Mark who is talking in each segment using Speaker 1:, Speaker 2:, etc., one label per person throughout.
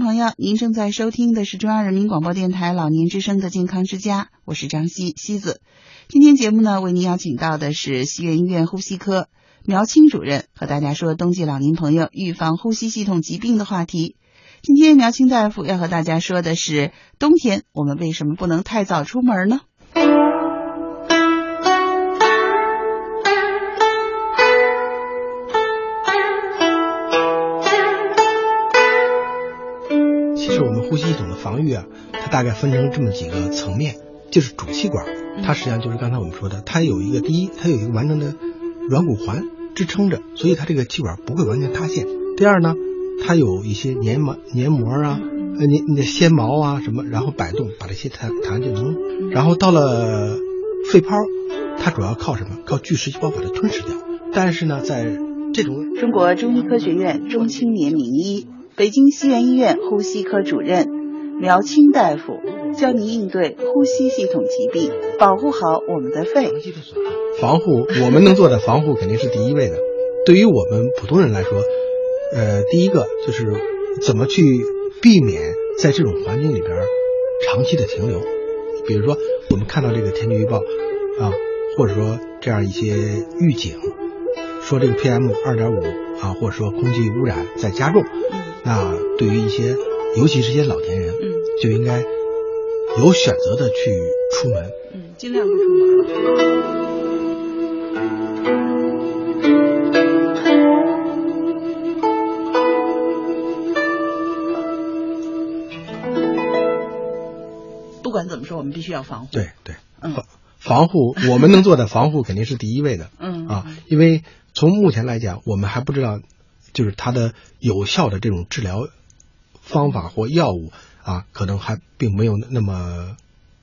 Speaker 1: 朋友，您正在收听的是中央人民广播电台老年之声的《健康之家》，我是张希希子。今天节目呢，为您邀请到的是西岳医院呼吸科苗青主任，和大家说冬季老年朋友预防呼吸系统疾病的话题。今天苗青大夫要和大家说的是，冬天我们为什么不能太早出门呢？
Speaker 2: 其实我们呼吸系统的防御啊，它大概分成这么几个层面，就是主气管，它实际上就是刚才我们说的，它有一个第一，它有一个完整的软骨环支撑着，所以它这个气管不会完全塌陷。第二呢，它有一些黏膜、黏膜啊、呃黏你的纤毛啊什么，然后摆动把这些弹弹就能。然后到了肺泡，它主要靠什么？靠巨噬细胞把它吞噬掉。但是呢，在这种
Speaker 1: 中国中医科学院中青年名医、北京西园医院呼吸科主任苗青大夫教您应对呼吸系统疾病，保护好我们的肺。
Speaker 2: 防护，我们能做的防护肯定是第一位的。对于我们普通人来说，呃，第一个就是怎么去避免在这种环境里边儿长期的停留。比如说，我们看到这个天气预报啊，或者说这样一些预警，说这个 PM 二点五啊，或者说空气污染在加重，那对于一些，尤其是一些老年人，
Speaker 1: 嗯
Speaker 2: 就应该有选择的去出门。
Speaker 1: 嗯，尽量不出门了。不管怎么说，我们必须要防护。
Speaker 2: 对对，
Speaker 1: 嗯
Speaker 2: 防防护，我们能做的防护肯定是第一位的
Speaker 1: 嗯
Speaker 2: 啊，因为从目前来讲，我们还不知道就是它的有效的这种治疗方法或药物啊，可能还并没有那么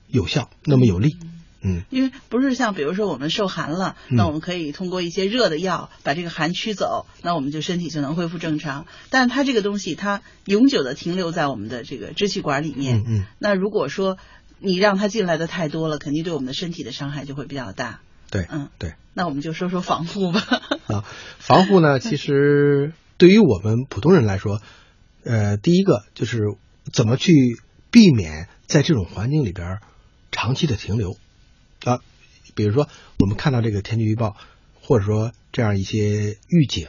Speaker 2: 有效，那么有力。嗯，
Speaker 1: 因为不是像比如说我们受寒了，
Speaker 2: 嗯
Speaker 1: 那我们可以通过一些热的药把这个寒驱走，那我们就身体就能恢复正常。但它这个东西它永久的停留在我们的这个支气管里面，
Speaker 2: 嗯嗯
Speaker 1: 那如果说你让它进来的太多了，肯定对我们的身体的伤害就会比较大。
Speaker 2: 对，
Speaker 1: 嗯
Speaker 2: 对
Speaker 1: 那我们就说说防护吧。
Speaker 2: 啊，防护呢，其实对于我们普通人来说，呃，第一个就是怎么去避免在这种环境里边儿长期的停留啊，比如说我们看到这个天气预报，或者说这样一些预警，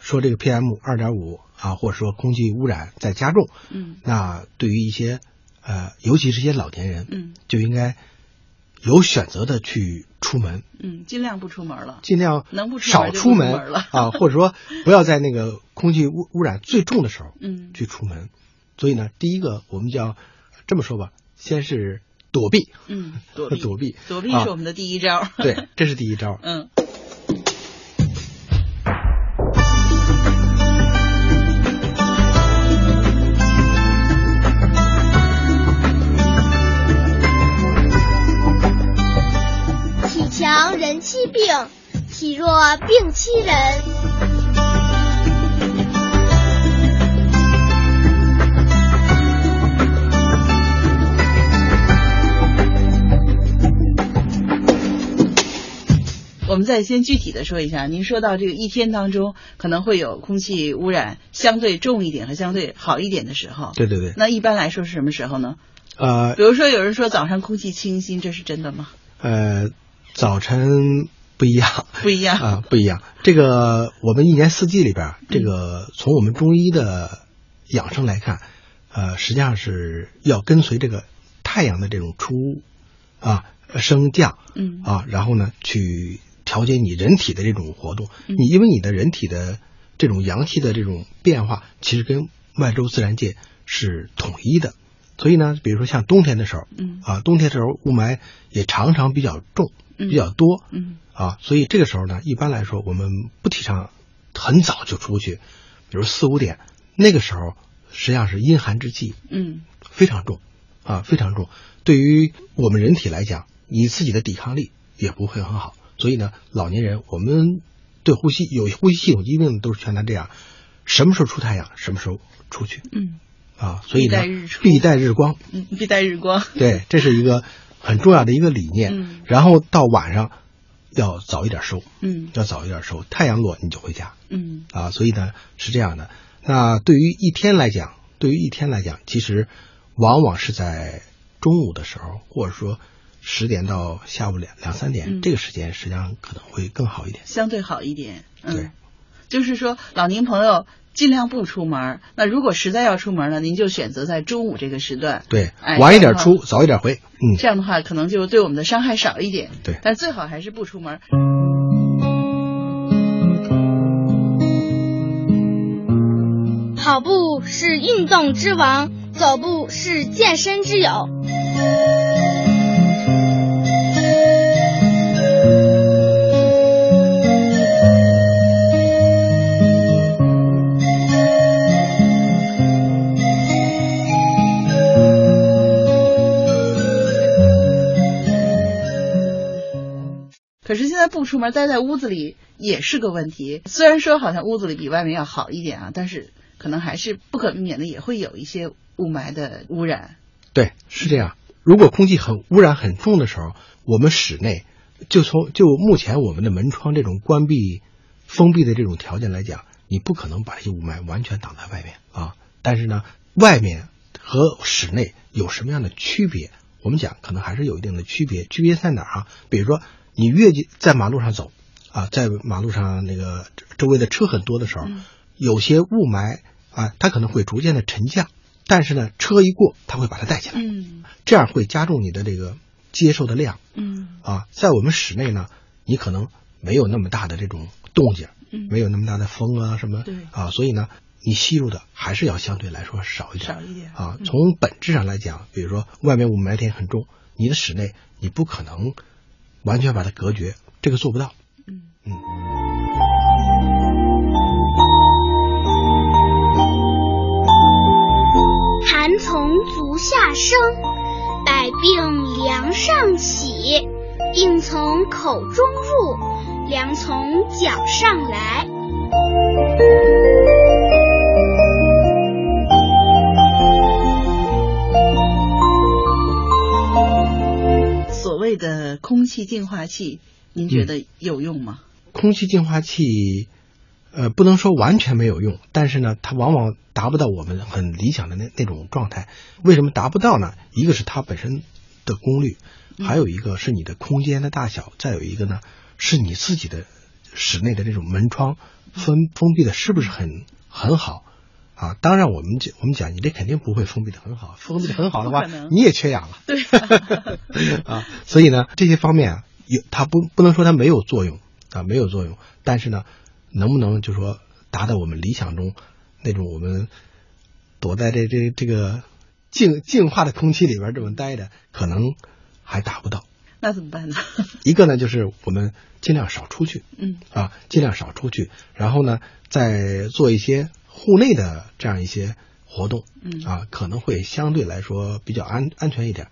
Speaker 2: 说这个 PM 二点五啊，或者说空气污染在加重，
Speaker 1: 嗯
Speaker 2: 那对于一些呃，尤其是一些老年人，
Speaker 1: 嗯
Speaker 2: 就应该有选择的去出门，
Speaker 1: 嗯，尽量不出门了。
Speaker 2: 尽量
Speaker 1: 能不出门
Speaker 2: 少
Speaker 1: 就不
Speaker 2: 出
Speaker 1: 出
Speaker 2: 门
Speaker 1: 门了
Speaker 2: 啊，或者说不要在那个空气污污染最重的时候
Speaker 1: 嗯
Speaker 2: 去出门。所以呢，第一个我们就要这么说吧，先是躲避，
Speaker 1: 嗯，躲避
Speaker 2: 躲避
Speaker 1: 躲避
Speaker 2: 啊
Speaker 1: 是我们的第一招。
Speaker 2: 对，这是第一招。
Speaker 1: 嗯
Speaker 3: 体强人欺病，体弱病欺人。
Speaker 1: 我们再先具体的说一下，您说到这个一天当中可能会有空气污染相对重一点和相对好一点的时候，
Speaker 2: 对对对，
Speaker 1: 那一般来说是什么时候呢？
Speaker 2: 呃
Speaker 1: 比如说有人说早上空气清新，这是真的吗？
Speaker 2: 呃，早晨不一 样，
Speaker 1: 不一样
Speaker 2: 啊，不一样。这个我们一年四季里边儿，
Speaker 1: 嗯
Speaker 2: 这个从我们中医的养生来看，呃，实际上是要跟随这个太阳的这种出啊升降，
Speaker 1: 嗯
Speaker 2: 啊，然后呢去调节你人体的这种活动。
Speaker 1: 嗯
Speaker 2: 你因为你的人体的这种阳气的这种变化，其实跟外周自然界是统一的。所以呢，比如说像冬天的时候，
Speaker 1: 嗯
Speaker 2: 啊，冬天的时候雾霾也常常比较重，
Speaker 1: 嗯
Speaker 2: 比较多，
Speaker 1: 嗯
Speaker 2: 啊，所以这个时候呢，一般来说我们不提倡很早就出去，比如四五点，那个时候实际上是阴寒之气
Speaker 1: 嗯
Speaker 2: 非常重，啊，非常重。对于我们人体来讲，你自己的抵抗力也不会很好，所以呢，老年人我们对呼吸有呼吸系统疾病的都是劝他这样，什么时候出太阳，什么时候出去
Speaker 1: 嗯
Speaker 2: 啊，所以
Speaker 1: 必
Speaker 2: 呢
Speaker 1: 带日出，
Speaker 2: 必带日光，
Speaker 1: 嗯，必带日光。
Speaker 2: 对，这是一个很重要的一个理念。
Speaker 1: 嗯
Speaker 2: 然后到晚上要早一点收，
Speaker 1: 嗯
Speaker 2: 要早一点收，太阳落你就回家
Speaker 1: 嗯
Speaker 2: 啊。所以呢是这样的。那对于一天来讲，对于一天来讲，其实往往是在中午的时候，或者说十点到下午两两三点、
Speaker 1: 嗯
Speaker 2: 这个时间，实际上可能会更好一点。
Speaker 1: 相对好一点。嗯、
Speaker 2: 对，
Speaker 1: 就是说老年朋友尽量不出门儿。那如果实在要出门呢，您就选择在中午这个时段。
Speaker 2: 对
Speaker 1: 哎，
Speaker 2: 晚一点
Speaker 1: 然后
Speaker 2: 出，早一点回。嗯，
Speaker 1: 这样的话，可能就对我们的伤害少一点。
Speaker 2: 对
Speaker 1: 但最好还是不出门。
Speaker 3: 跑步是运动之王，走步是健身之友。
Speaker 1: 可是现在不出门，待在屋子里也是个问题。虽然说好像屋子里比外面要好一点啊，但是可能还是不可避免的也会有一些雾霾的污染。
Speaker 2: 对，是这样。如果空气很污染很重的时候，我们室内就从就目前我们的门窗这种关闭、封闭的这种条件来讲，你不可能把这些雾霾完全挡在外面啊。但是呢，外面和室内有什么样的区别？我们讲可能还是有一定的区别。区别在哪儿啊？比如说，你越界在马路上走啊，在马路上那个周围的车很多的时候，
Speaker 1: 嗯
Speaker 2: 有些雾霾啊，它可能会逐渐的沉降，但是呢，车一过，它会把它带起来。
Speaker 1: 嗯
Speaker 2: 这样会加重你的这个接受的量
Speaker 1: 嗯
Speaker 2: 啊。在我们室内呢，你可能没有那么大的这种动静，
Speaker 1: 嗯
Speaker 2: 没有那么大的风啊什么
Speaker 1: 对
Speaker 2: 啊，所以呢，你吸入的还是要相对来说少一点
Speaker 1: 少一点
Speaker 2: 啊
Speaker 1: 嗯。
Speaker 2: 从本质上来讲，比如说外面雾霾天很重，你的室内你不可能完全把它隔绝，这个做不到。
Speaker 1: 嗯
Speaker 2: 嗯。
Speaker 3: 寒从足下生，百病凉上起。病从口中入，凉从脚上来。
Speaker 1: 嗯所谓的空气净化器，您觉得有用吗？
Speaker 2: 空气净化器，呃，不能说完全没有用，但是呢，它往往达不到我们很理想的那那种状态。为什么达不到呢？一个是它本身的功率，
Speaker 1: 嗯
Speaker 2: 还有一个是你的空间的大小，再有一个呢是你自己的室内的这种门窗封封闭的是不是很很好。啊，当然，我们讲我们讲，你这肯定不会封闭的很好，封闭的很好的话
Speaker 1: 不可能，
Speaker 2: 你也缺氧了。
Speaker 1: 对
Speaker 2: 啊，所以呢，这些方面啊，有它不不能说它没有作用啊，没有作用，但是呢，能不能就说达到我们理想中那种我们躲在这这这个净净化的空气里边这么待着，可能还达不到。
Speaker 1: 那怎么办呢？
Speaker 2: 一个呢，就是我们尽量少出去
Speaker 1: 嗯
Speaker 2: 啊，尽量少出去，然后呢，再做一些户内的这样一些活动
Speaker 1: 嗯
Speaker 2: 啊，可能会相对来说比较安安全一点。